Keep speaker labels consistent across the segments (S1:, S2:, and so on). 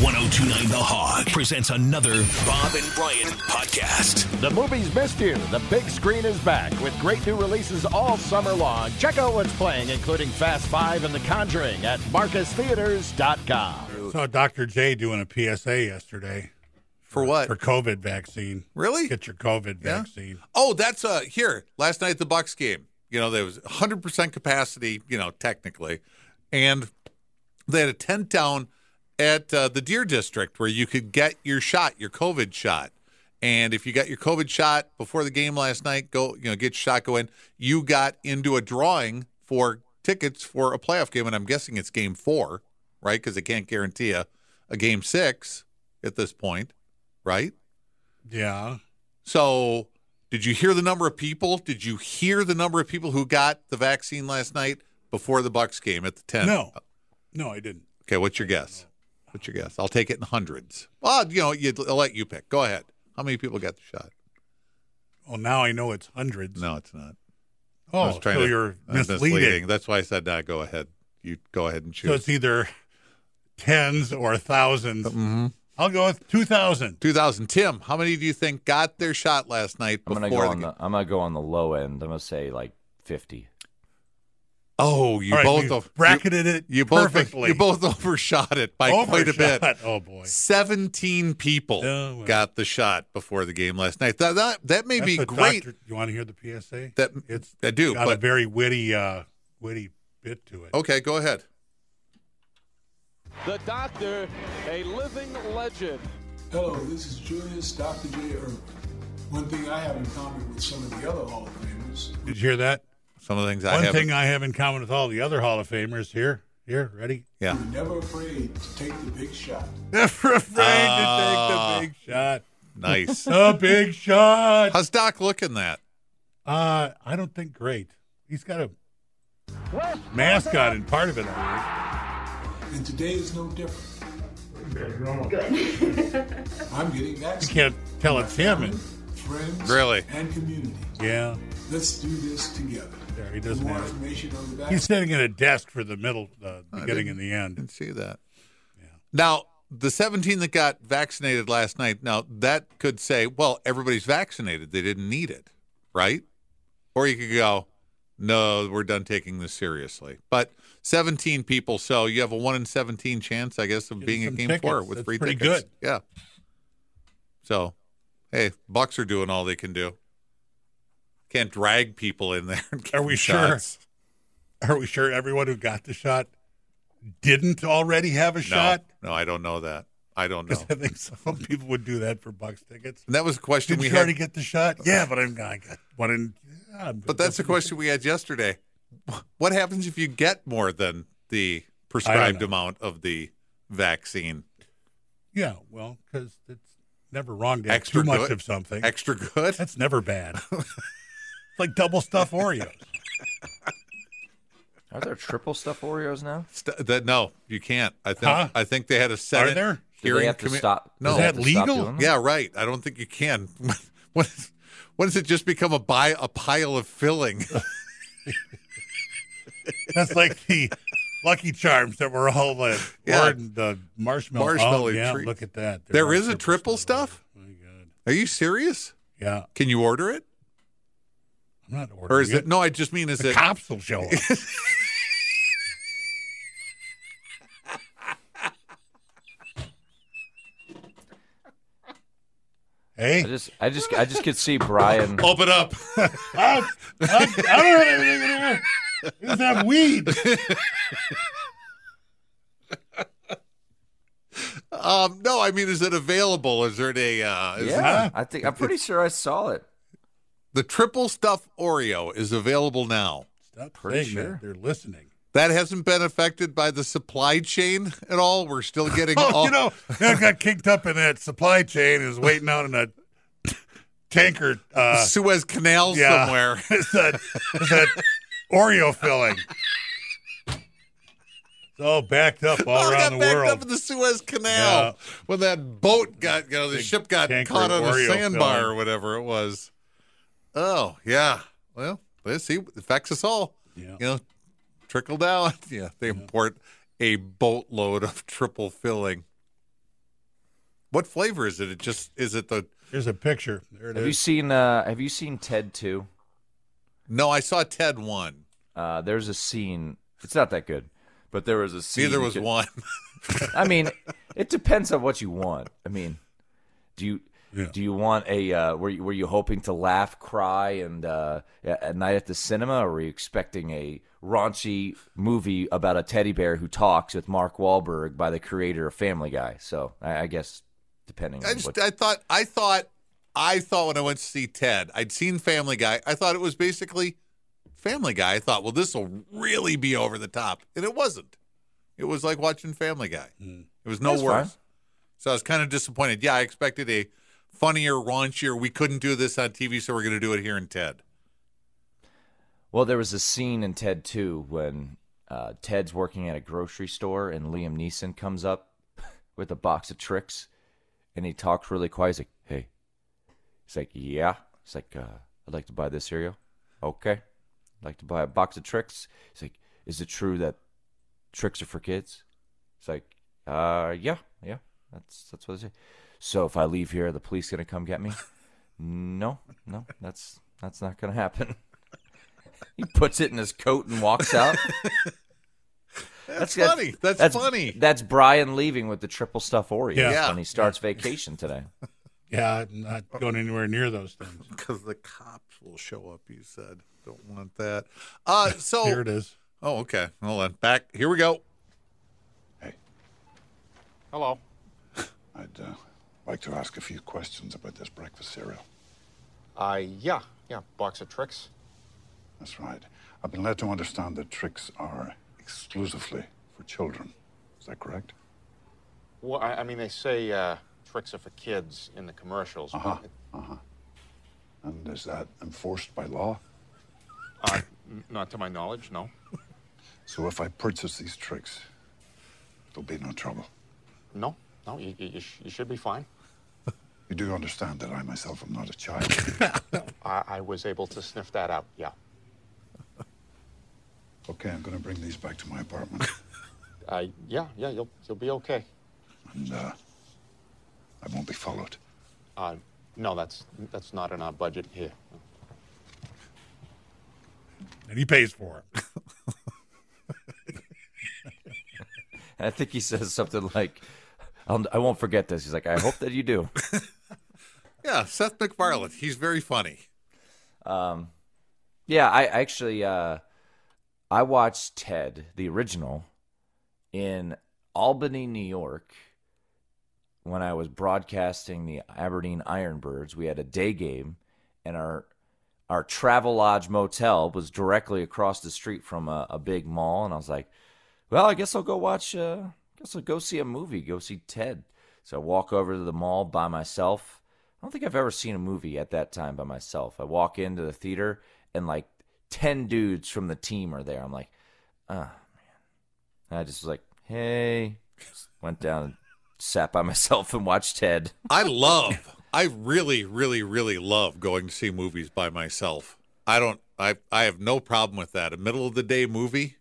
S1: 1029 The Hog presents another Bob and Brian podcast.
S2: The movies missed you. The big screen is back with great new releases all summer long. Check out what's playing, including Fast Five and The Conjuring at MarcusTheaters.com.
S3: Saw Dr. J doing a PSA yesterday
S4: For what?
S3: for COVID vaccine.
S4: Really?
S3: Get your COVID
S4: Yeah?
S3: vaccine.
S4: Oh, that's uh here. Last night at the Bucks game, you know, there was 100% capacity, you know, technically. And they had a tent down at uh, the Deer District where you could get your shot, your COVID shot. And if you got your COVID shot before the game last night, go, you know, get your shot, go in. You got into a drawing for tickets for a playoff game. And I'm guessing it's game four, right? Because they can't guarantee a, a game six at this point, right?
S3: Yeah.
S4: So, did you hear the number of people? Did you hear the number of people who got the vaccine last night before the Bucks game at the 10?
S3: No. No, I didn't.
S4: Okay, what's your guess? What's your guess? I'll take it in hundreds. Well, you know, you'd, I'll let you pick. Go ahead. How many people got the shot?
S3: Well, now I know it's hundreds.
S4: No, it's not.
S3: Oh,
S4: I was trying
S3: so
S4: to, uh,
S3: you're
S4: I'm
S3: misleading.
S4: That's why I said, nah, go ahead. You go ahead and
S3: So
S4: choose.
S3: it's either tens or 1000s Mm-hmm. I'll go with 2,000.
S4: 2000. Tim, how many do you think got their shot last night
S5: I'm
S4: before
S5: gonna go
S4: the game?
S5: on the. I'm gonna go on the low end. I'm gonna say like 50.
S4: Oh, you
S3: All right,
S4: both
S3: we've
S4: over- you-
S3: bracketed it
S4: You both
S3: perfectly.
S4: you both overshot it by quite a bit.
S3: Overshot. Oh, boy.
S4: 17 people
S3: Oh, well.
S4: got the shot before the game last night. That that, that may
S3: That's
S4: be
S3: a
S4: great.
S3: Doctor, you want to hear the PSA?
S4: That-
S3: it's
S4: I do,
S3: got a
S4: but- Oh.
S3: very witty, uh, witty bit to it.
S4: Okay, go ahead.
S6: The doctor, a living legend.
S7: Hello, this is Julius Dr. J. Irvin. One thing I have in common with some of the other Hall of Famers
S3: Did you hear that?
S4: Some of the things I
S3: One
S4: have.
S3: thing I have in common with all the other Hall of Famers here. Here, ready?
S4: yeah.
S7: were never afraid to take the big shot.
S3: Never afraid
S4: Ah.
S3: to take the big shot.
S4: Nice.
S3: The big shot.
S4: How's Doc looking that?
S3: Uh, I don't think great. He's got a mascot and part of it. I
S7: And today is no different. I'm getting
S3: think. You
S7: vaccinated.
S3: can't tell it's him. And,
S7: Friends
S4: Really?
S7: and community.
S3: yeah.
S7: Let's do this together.
S3: There, he doesn't
S7: More
S3: have it.
S7: information on the
S3: He's
S7: vaccine.
S3: sitting at a desk for the middle, uh, beginning and the end.
S4: Didn't see that. Now, the 17 that got vaccinated last night, now that could say, well, everybody's vaccinated. They didn't need it, right? Or you could go, no, we're done taking this seriously. But 17 people, so you have a 1 in 17 chance, I guess, of
S3: Get
S4: being at
S3: some
S4: game four
S3: tickets.
S4: with
S3: That's
S4: free
S3: pretty
S4: tickets.
S3: good.
S4: Yeah. So, hey, Bucks are doing all they can do. Can't drag people in there. and give
S3: Are
S4: them
S3: we
S4: shots.
S3: sure? Are we sure everyone who got the shot didn't already have a shot?
S4: No, no, I don't know that. I don't know.
S3: Because I think some people would do that for Bucks tickets.
S4: And that was a question
S3: Did
S4: we
S3: you
S4: had.
S3: already get the shot? Yeah, but I'm I got one in. yeah, I'm-
S4: But that's the question we had yesterday. What happens if you get more than the prescribed
S3: know.
S4: amount of the vaccine?
S3: Yeah, well, because it's never wrong to have
S4: Extra
S3: too much
S4: good-
S3: of something.
S4: Extra good?
S3: That's never bad. it's like double stuff Oreos.
S5: Are there triple stuff Oreos now?
S4: St- that, no, you can't. I think
S3: Huh?
S4: I think they had a Senate
S3: there? Do
S5: Do
S4: hearing
S5: they have to
S4: commi-
S5: stop?
S4: No,
S5: do they
S3: Is
S5: have
S3: that
S5: to stop
S3: legal?
S5: doing that?
S4: yeah, right. I don't think you can. What is, what does it just become a buy a pile of filling?
S3: That's like the Lucky Charms that were all the
S4: Yeah.
S3: or the marshmallow.
S4: Marshmallow
S3: oh, yeah,
S4: treats.
S3: look at that.
S4: There
S3: are
S4: is a triple stuff?
S3: Oreos. My God.
S4: Are you serious?
S3: Yeah,
S4: Can you order it?
S3: I'm not ordering.
S4: Or is it? No, I just mean is
S3: the
S4: it?
S3: cops will show up.
S5: I
S3: hey,
S5: just, I just, I just could see Brian.
S4: Open up.
S3: I, I, I don't have anything in here. I just have weed.
S4: Um, no, I mean is it available? Is there a uh, is
S5: Yeah, I think I'm pretty sure I saw it.
S4: The triple stuff Oreo is available now.
S3: Stop
S5: Pretty
S3: saying that.
S5: sure.
S3: They're listening.
S4: That hasn't been affected by the supply chain at all. We're still getting
S3: Oh,
S4: all
S3: you know, that got kicked up in that supply chain is waiting out in a tanker. Uh,
S4: Suez Canal
S3: yeah.
S4: somewhere.
S3: it's that, it's that Oreo filling. It's all backed up all
S4: Oh, it got
S3: around the
S4: backed
S3: world.
S4: up in the Suez Canal when that boat got, you know, the
S3: Big
S4: ship got
S3: tanker
S4: caught on
S3: Oreo
S4: a sandbar
S3: filling.
S4: or whatever it was. Oh yeah. Well, let's see. It affects us all.
S3: Yeah.
S4: You know, trickle down. Yeah, they import a boatload of triple filling. What flavor is it? It just is it the
S3: Here's a picture. There it
S5: Have you
S3: is.
S5: seen uh have you seen Ted 2?
S4: No, I saw Ted one.
S5: Uh there's a scene. It's not that good. But there was a scene.
S4: Neither was one.
S5: I mean, it depends on what you want. I mean, do you
S3: Yeah.
S5: do you want a uh, were you, were you hoping to laugh, cry, and uh, a a night at the cinema, or were you expecting a raunchy movie about a teddy bear who talks with Mark Wahlberg by the creator of Family Guy? So I, I guess depending
S4: I
S5: on
S4: just
S5: what
S4: I thought I thought I thought when I went to see Ted, I'd seen Family Guy. I thought it was basically Family Guy. I thought, well, this will really be over the top, and it wasn't. It was like watching Family Guy. It was no
S5: Hmm. That's
S4: worse.
S5: fine.
S4: So I was kind of disappointed. Yeah, I expected a funnier, raunchier. We couldn't do this on TV, so we're going to do it here in Ted.
S5: Well, there was a scene in Ted 2 when uh, Ted's working at a grocery store and Liam Neeson comes up with a box of tricks and he talks really quiet. He's like, hey. He's like, yeah. He's like, uh, I'd like to buy this cereal. Okay. I'd like to buy a box of tricks. He's like, is it true that tricks are for kids? He's like, uh, yeah, yeah. That's that's what I say. So if I leave here, are the police gonna come get me? no, no, that's that's not gonna happen. He puts it in his coat and walks out.
S4: That's, funny. That's, funny.
S5: That's Brian leaving with the triple stuff Oreos
S3: Yeah.
S5: when he starts vacation today.
S3: Yeah, I'm not going anywhere near those things.
S4: Because the cops will show up, you said. Don't want that. Uh, so
S3: Here it is.
S4: Oh, okay. Hold on. Back. Here we go.
S8: Hello.
S9: I'd uh, like to ask a few questions about this breakfast cereal.
S8: Uh, yeah, yeah, box of tricks.
S9: That's right. I've been led to understand that tricks are exclusively for children. Is that correct?
S8: Well, I, I mean, they say uh, tricks are for kids in the commercials. but
S9: Uh huh. Uh huh. And is that enforced by law?
S8: n- not to my knowledge, no.
S9: So if I purchase these tricks, there'll be no trouble.
S8: No, no, you, you, you sh- you should be fine.
S9: You do understand that I myself am not a child.
S8: I, I was able to sniff that out, yeah.
S9: okay, I'm going to bring these back to my apartment.
S8: Uh, yeah, yeah, you'll, you'll be okay.
S9: And uh, I won't be followed.
S8: Uh, no, that's, that's not in our budget here.
S3: And he pays for it.
S5: And I think he says something like, I'll, "I won't forget this." He's like, "I hope that you do."
S4: Yeah, Seth MacFarlane. He's very funny.
S5: Um, yeah, I actually uh, I watched Ted the original in Albany, New York, when I was broadcasting the Aberdeen Ironbirds. We had a day game, and our our travel lodge motel was directly across the street from a, a big mall, and I was like, "Well, I guess I'll go watch. Uh, I guess I'll go see a movie. Go see Ted." So I walk over to the mall by myself. I don't think I've ever seen a movie at that time by myself. I walk into the theater and like ten dudes from the team are there. I'm like, oh man. And I just was like, hey. Just went down and sat by myself and watched Ted.
S4: I love. I really, really, really love going to see movies by myself. I don't. I I have no problem with that. A middle of the day movie,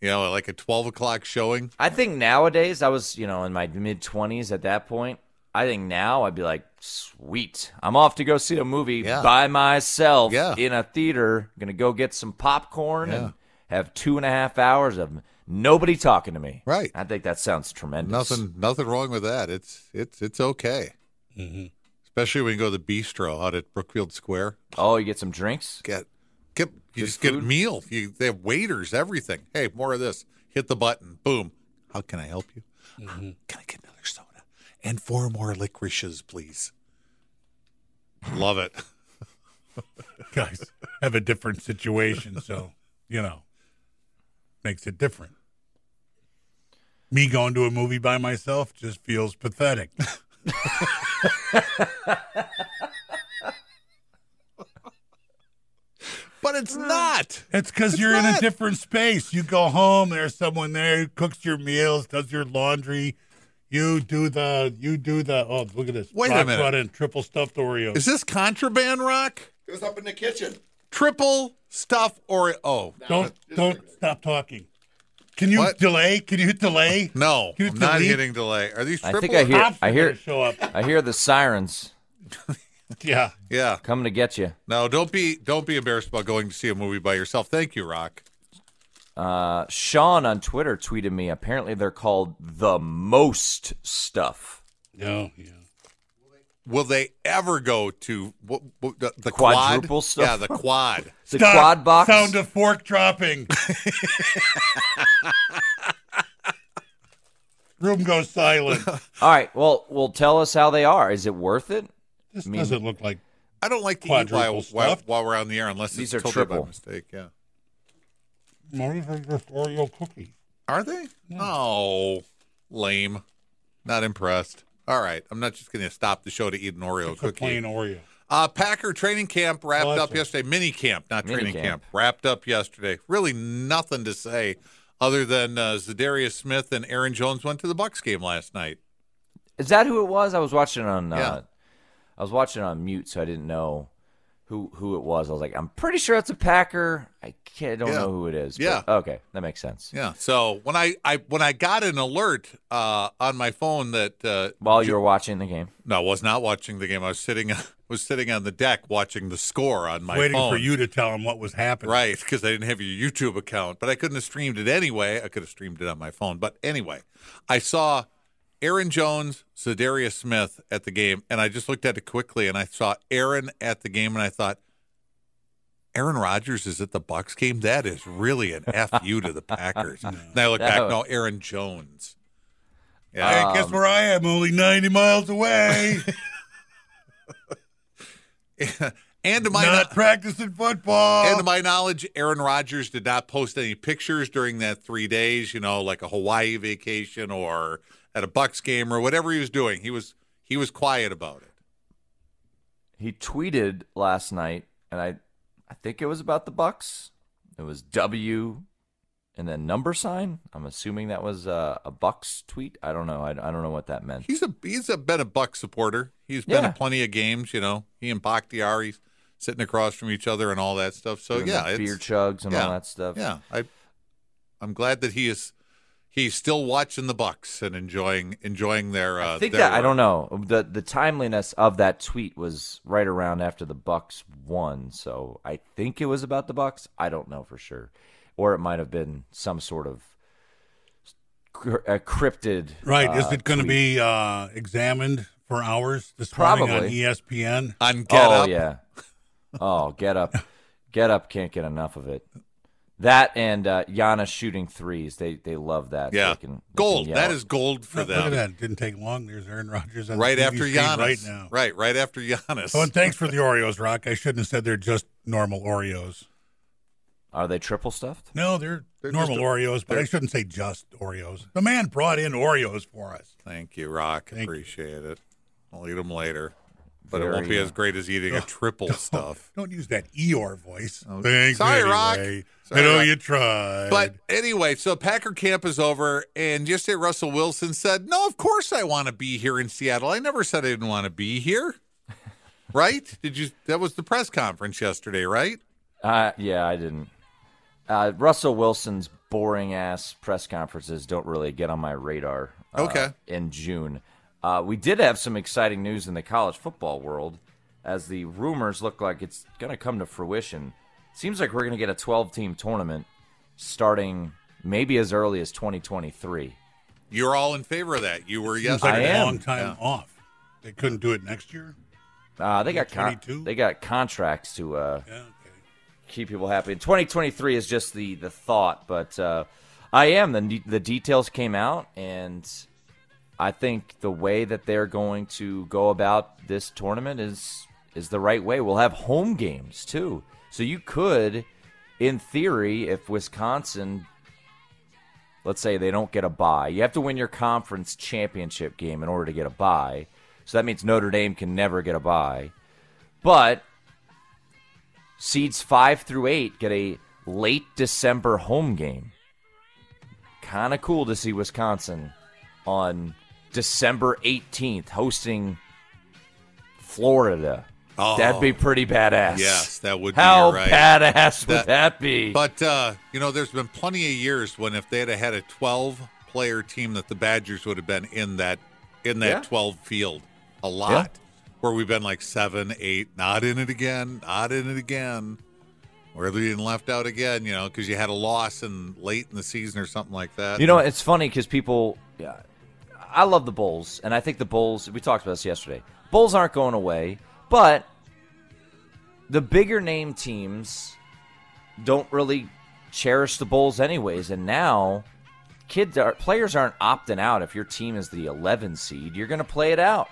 S4: you know, like a twelve o'clock showing.
S5: I think nowadays I was, you know, in my mid twenties at that point. I think now I'd be like, sweet, I'm off to go see a movie
S4: Yeah.
S5: by myself
S4: Yeah.
S5: in a theater. gonna go get some popcorn and have two and a half hours of nobody talking to me.
S4: Right.
S5: I think that sounds tremendous.
S4: Nothing. Nothing wrong with that. It's it's it's okay. Especially when you go to the bistro out at Brookfield Square.
S5: Oh, you get some drinks?
S4: Get get you
S5: Good
S4: just get
S5: food?
S4: meal. You they have waiters, everything. Hey, more of this. Hit the button. Boom. How can I help you?
S3: Mm-hmm.
S4: Can I get another soda and four more licorices, please? Love it.
S3: Guys have a different situation, so you know makes it different. Me going to a movie by myself just feels pathetic.
S4: But it's not.
S3: It's because you're in a different space. You go home, there's someone there who cooks your meals, does your laundry. You do the, you do the, oh, look at this.
S4: Wait a
S3: Rock
S4: minute.
S3: Run and triple stuffed Oreos.
S4: Is this contraband rock?
S9: It was up in the kitchen.
S4: Triple stuff or oh
S3: don't, don't stop talking. Can you
S4: What?
S3: delay? Can you hit delay?
S4: No,
S3: You
S4: I'm not
S3: delete-
S4: hitting delay. Are these
S5: I
S4: triple?
S5: think I hear-
S3: Cops are
S5: hear-
S3: gonna Show up.
S5: I hear the sirens
S3: Yeah.
S4: Yeah.
S5: coming to get you.
S4: No, don't be don't be embarrassed about going to see a movie by yourself. Thank you, Rock.
S5: Uh, Sean on Twitter tweeted me. Apparently, they're called the most stuff.
S3: No. Yeah.
S4: Will they ever go to what, what, the, the
S5: Quadruple
S4: quad?
S5: stuff?
S4: Yeah, the quad.
S5: The
S3: Stop.
S5: quad box.
S3: Uh, Sound of fork dropping. Room goes silent.
S5: All right. Well, well, tell us how they are. Is it worth it?
S3: This
S5: mean-
S3: doesn't look like
S4: I don't like to eat while,
S3: Quadruple
S4: while,
S3: stuffed?
S4: while we're on the air unless
S5: These
S4: it's
S5: are
S4: totally
S5: triple.
S4: by mistake. Yeah,
S3: Maybe they're just Oreo cookies.
S4: are they? Oh, lame. Not impressed. All right, I'm not just going to stop the show to eat an Oreo
S3: It's a
S4: cookie.
S3: plain Oreo.
S4: Uh, Packer training camp wrapped
S3: Gotcha.
S4: up yesterday. Mini camp, not
S5: Mini
S4: training
S5: camp.
S4: camp. wrapped up yesterday. Really nothing to say other than uh, Zadarius Smith and Aaron Jones went to the Bucks game last night.
S5: Is that who it was? I was watching on. Uh,
S4: Yeah.
S5: I was watching on mute, so I didn't know who who it was. I was like, I'm pretty sure it's a Packer. I can't, don't
S4: Yeah.
S5: know who it is. but-
S4: Yeah.
S5: Okay, that makes sense.
S4: Yeah. So when I, I when I got an alert uh, on my phone that uh,
S5: While you were watching the game,
S4: no, I was not watching the game. I was sitting was sitting on the deck watching the score on my
S3: Waiting
S4: phone.
S3: for you to tell them what was happening.
S4: Right, because I didn't have your YouTube account, but I couldn't have streamed it anyway. I could have streamed it on my phone, but anyway, I saw Aaron Jones, Zadarius Smith at the game, and I just looked at it quickly, and I saw Aaron at the game, and I thought, Aaron Rodgers is at the Bucks game. That is really an fu to the Packers. And I look back, no, Aaron Jones.
S3: Hey,
S4: Yeah,
S3: guess where I am? Only 90 miles away.
S4: and to my
S3: not practicing football.
S4: And to my knowledge, Aaron Rodgers did not post any pictures during that three days, you know, like a Hawaii vacation or at a Bucks game or whatever he was doing. He was he was quiet about it.
S5: he tweeted last night, and I I think it was about the Bucks. It was W, and then number sign. I'm assuming that was uh, a Bucks tweet. I don't know. I, I don't know what that meant.
S4: He's a he's a, been a Buck supporter. He's been
S5: Yeah.
S4: at plenty of games, you know. He and Bakhtiari sitting across from each other and all that stuff. So
S5: Doing
S4: yeah,
S5: the beer
S4: it's,
S5: chugs and
S4: yeah,
S5: all that stuff.
S4: yeah. I I'm glad that he is he's still watching the Bucks and enjoying enjoying their. Uh,
S5: I think
S4: their
S5: that I
S4: run.
S5: don't know the the timeliness of that tweet was right around after the Bucks won, so I think it was about the Bucks. I don't know for sure, or it might have been some sort of cr- uh, cryptid.
S3: Right.
S5: uh,
S4: Ah,
S3: Is it going to
S5: tweet.
S3: be uh, examined for hours this morning on E
S5: Probably.
S3: ESPN?
S4: On get
S5: oh
S4: up.
S5: yeah. Oh, get up, get up! Can't get enough of it. That and uh, Giannis shooting threes. They they love that. They
S4: Yeah.
S5: can- they can
S4: gold.
S5: yell
S4: That
S5: it.
S4: is gold for
S3: Look
S4: them.
S3: at that. Didn't take long. There's Aaron Rodgers on the
S4: right
S3: TV
S4: after
S3: feed
S4: Giannis.
S3: Right now.
S4: Right, right after Giannis.
S3: Oh, and thanks for the Oreos, Rock. I shouldn't have said they're just normal Oreos.
S5: Are they triple stuffed?
S3: No, they're,
S4: They're
S3: normal
S4: just a-
S3: Oreos, but I shouldn't say just Oreos. The man brought in Oreos for us.
S4: Thank you, Rock.
S3: Thank you.
S4: Appreciate it. I'll eat them later, but it
S5: Very,
S4: won't be
S5: uh,
S4: as great as eating a triple stuff.
S3: Don't use that Eeyore voice.
S4: Oh,
S3: Thanks
S4: sorry, Rock.
S3: anyway.
S4: Sorry,
S3: I know
S4: Rock.
S3: you tried.
S4: But anyway, so Packer camp is over, and yesterday Russell Wilson said, "No, of course I want to be here in Seattle. I never said I didn't want to be here." right? Did you? That was the press conference yesterday, right?
S5: Uh, yeah, I didn't. Uh, Russell Wilson's boring ass press conferences don't really get on my radar. uh,
S4: Okay.
S5: In June, uh, we did have some exciting news in the college football world, as the rumors look like it's going to come to fruition. Seems like we're going to get a 12-team tournament starting maybe as early as 2023.
S4: You're all in favor of that. You were
S3: Seems
S4: yesterday.
S3: like
S5: I
S3: a
S5: am.
S3: long time off. They couldn't do it next year.
S5: Uh, they got con-
S3: 22?
S5: they got contracts to uh,
S3: Yeah, okay.
S5: keep people happy. And 2023 is just the the thought, but uh, I am the the details came out, and I think the way that they're going to go about this tournament is is the right way. We'll have home games too, so you could, in theory, if Wisconsin. Let's say they don't get a bye. You have to win your conference championship game in order to get a bye. So that means Notre Dame can never get a bye. But seeds five through eight get a late December home game. Kind of cool to see Wisconsin on December 18th hosting Florida
S4: Oh,
S5: That'd be pretty badass.
S4: Yes, that would be,
S5: How
S4: you're right.
S5: badass would
S4: That-
S5: that, be?
S4: But uh, you know, there's been plenty of years when if they had had a 12 player team, that the Badgers would have been in that in that
S5: Yeah.
S4: 12 field a lot. Where we've been like seven, eight, not in it again, not in it again, or being left out again. You know, because you had a loss in late in the season or something like that.
S5: You know, it's funny because people. Yeah, I love the Bulls, and I think the Bulls. We talked about this yesterday. Bulls aren't going away, but the bigger name teams don't really cherish the Bulls, anyways. And now, kids are players aren't opting out. If your team is the 11 seed, you're going to play it out.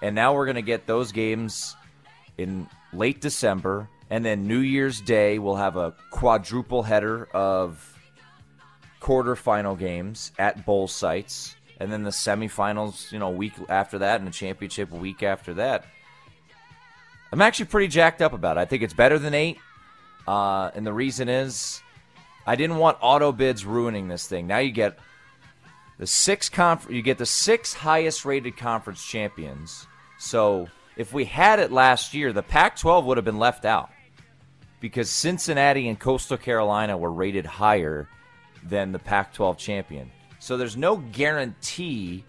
S5: And now we're going to get those games in late December, and then New Year's Day we'll have a quadruple header of quarterfinal games at bowl sites, and then the semifinals, you know, week after that, and the championship week after that. I'm actually pretty jacked up about it. I think it's better than eight, uh, and the reason is I didn't want auto bids ruining this thing. Now you get the six conf- you get the six highest rated conference champions. So if we had it last year, the Pac-12 would have been left out because Cincinnati and Coastal Carolina were rated higher than the Pac 12 champion. So there's no guarantee,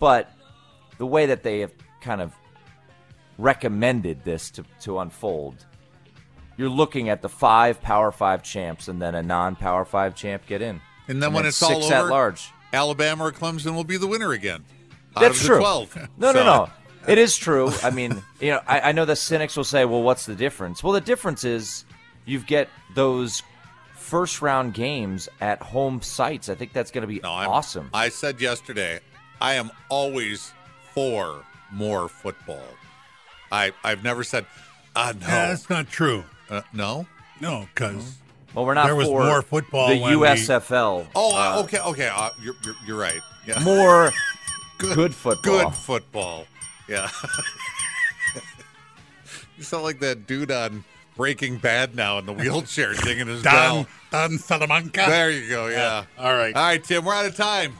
S5: but the way that they have kind of recommended this to, to unfold, you're looking at the five Power Five champs and then a non Power Five champ get in.
S4: and then when it's
S5: six
S4: all over,
S5: at large.
S4: Alabama or Clemson will be the winner again. Out
S5: That's
S4: of the
S5: true.
S4: 12.
S5: No,
S4: So-
S5: no, no. It is true. I mean, you know, I, I know the cynics will say, "Well, what's the difference?" Well, the difference is you get those first round games at home sites. I think that's going to be
S4: No, I'm,
S5: awesome.
S4: I said yesterday, I am always for more football. I I've never said, ah, no,
S3: Yeah, that's not true.
S4: Uh, no.
S3: No, because
S5: well, we're not
S3: there was
S5: for
S3: more football
S5: The
S3: when we-
S5: USFL.
S4: Oh, uh, okay, okay. Uh, you're, you're you're right. Yeah,
S5: More good football.
S4: good football. Yeah. you sound like that dude on Breaking Bad now in the wheelchair singing his
S3: Don
S4: bell.
S3: Don Salamanca.
S4: There you go. Yeah.
S3: All right.
S4: All right, Tim. We're out of time.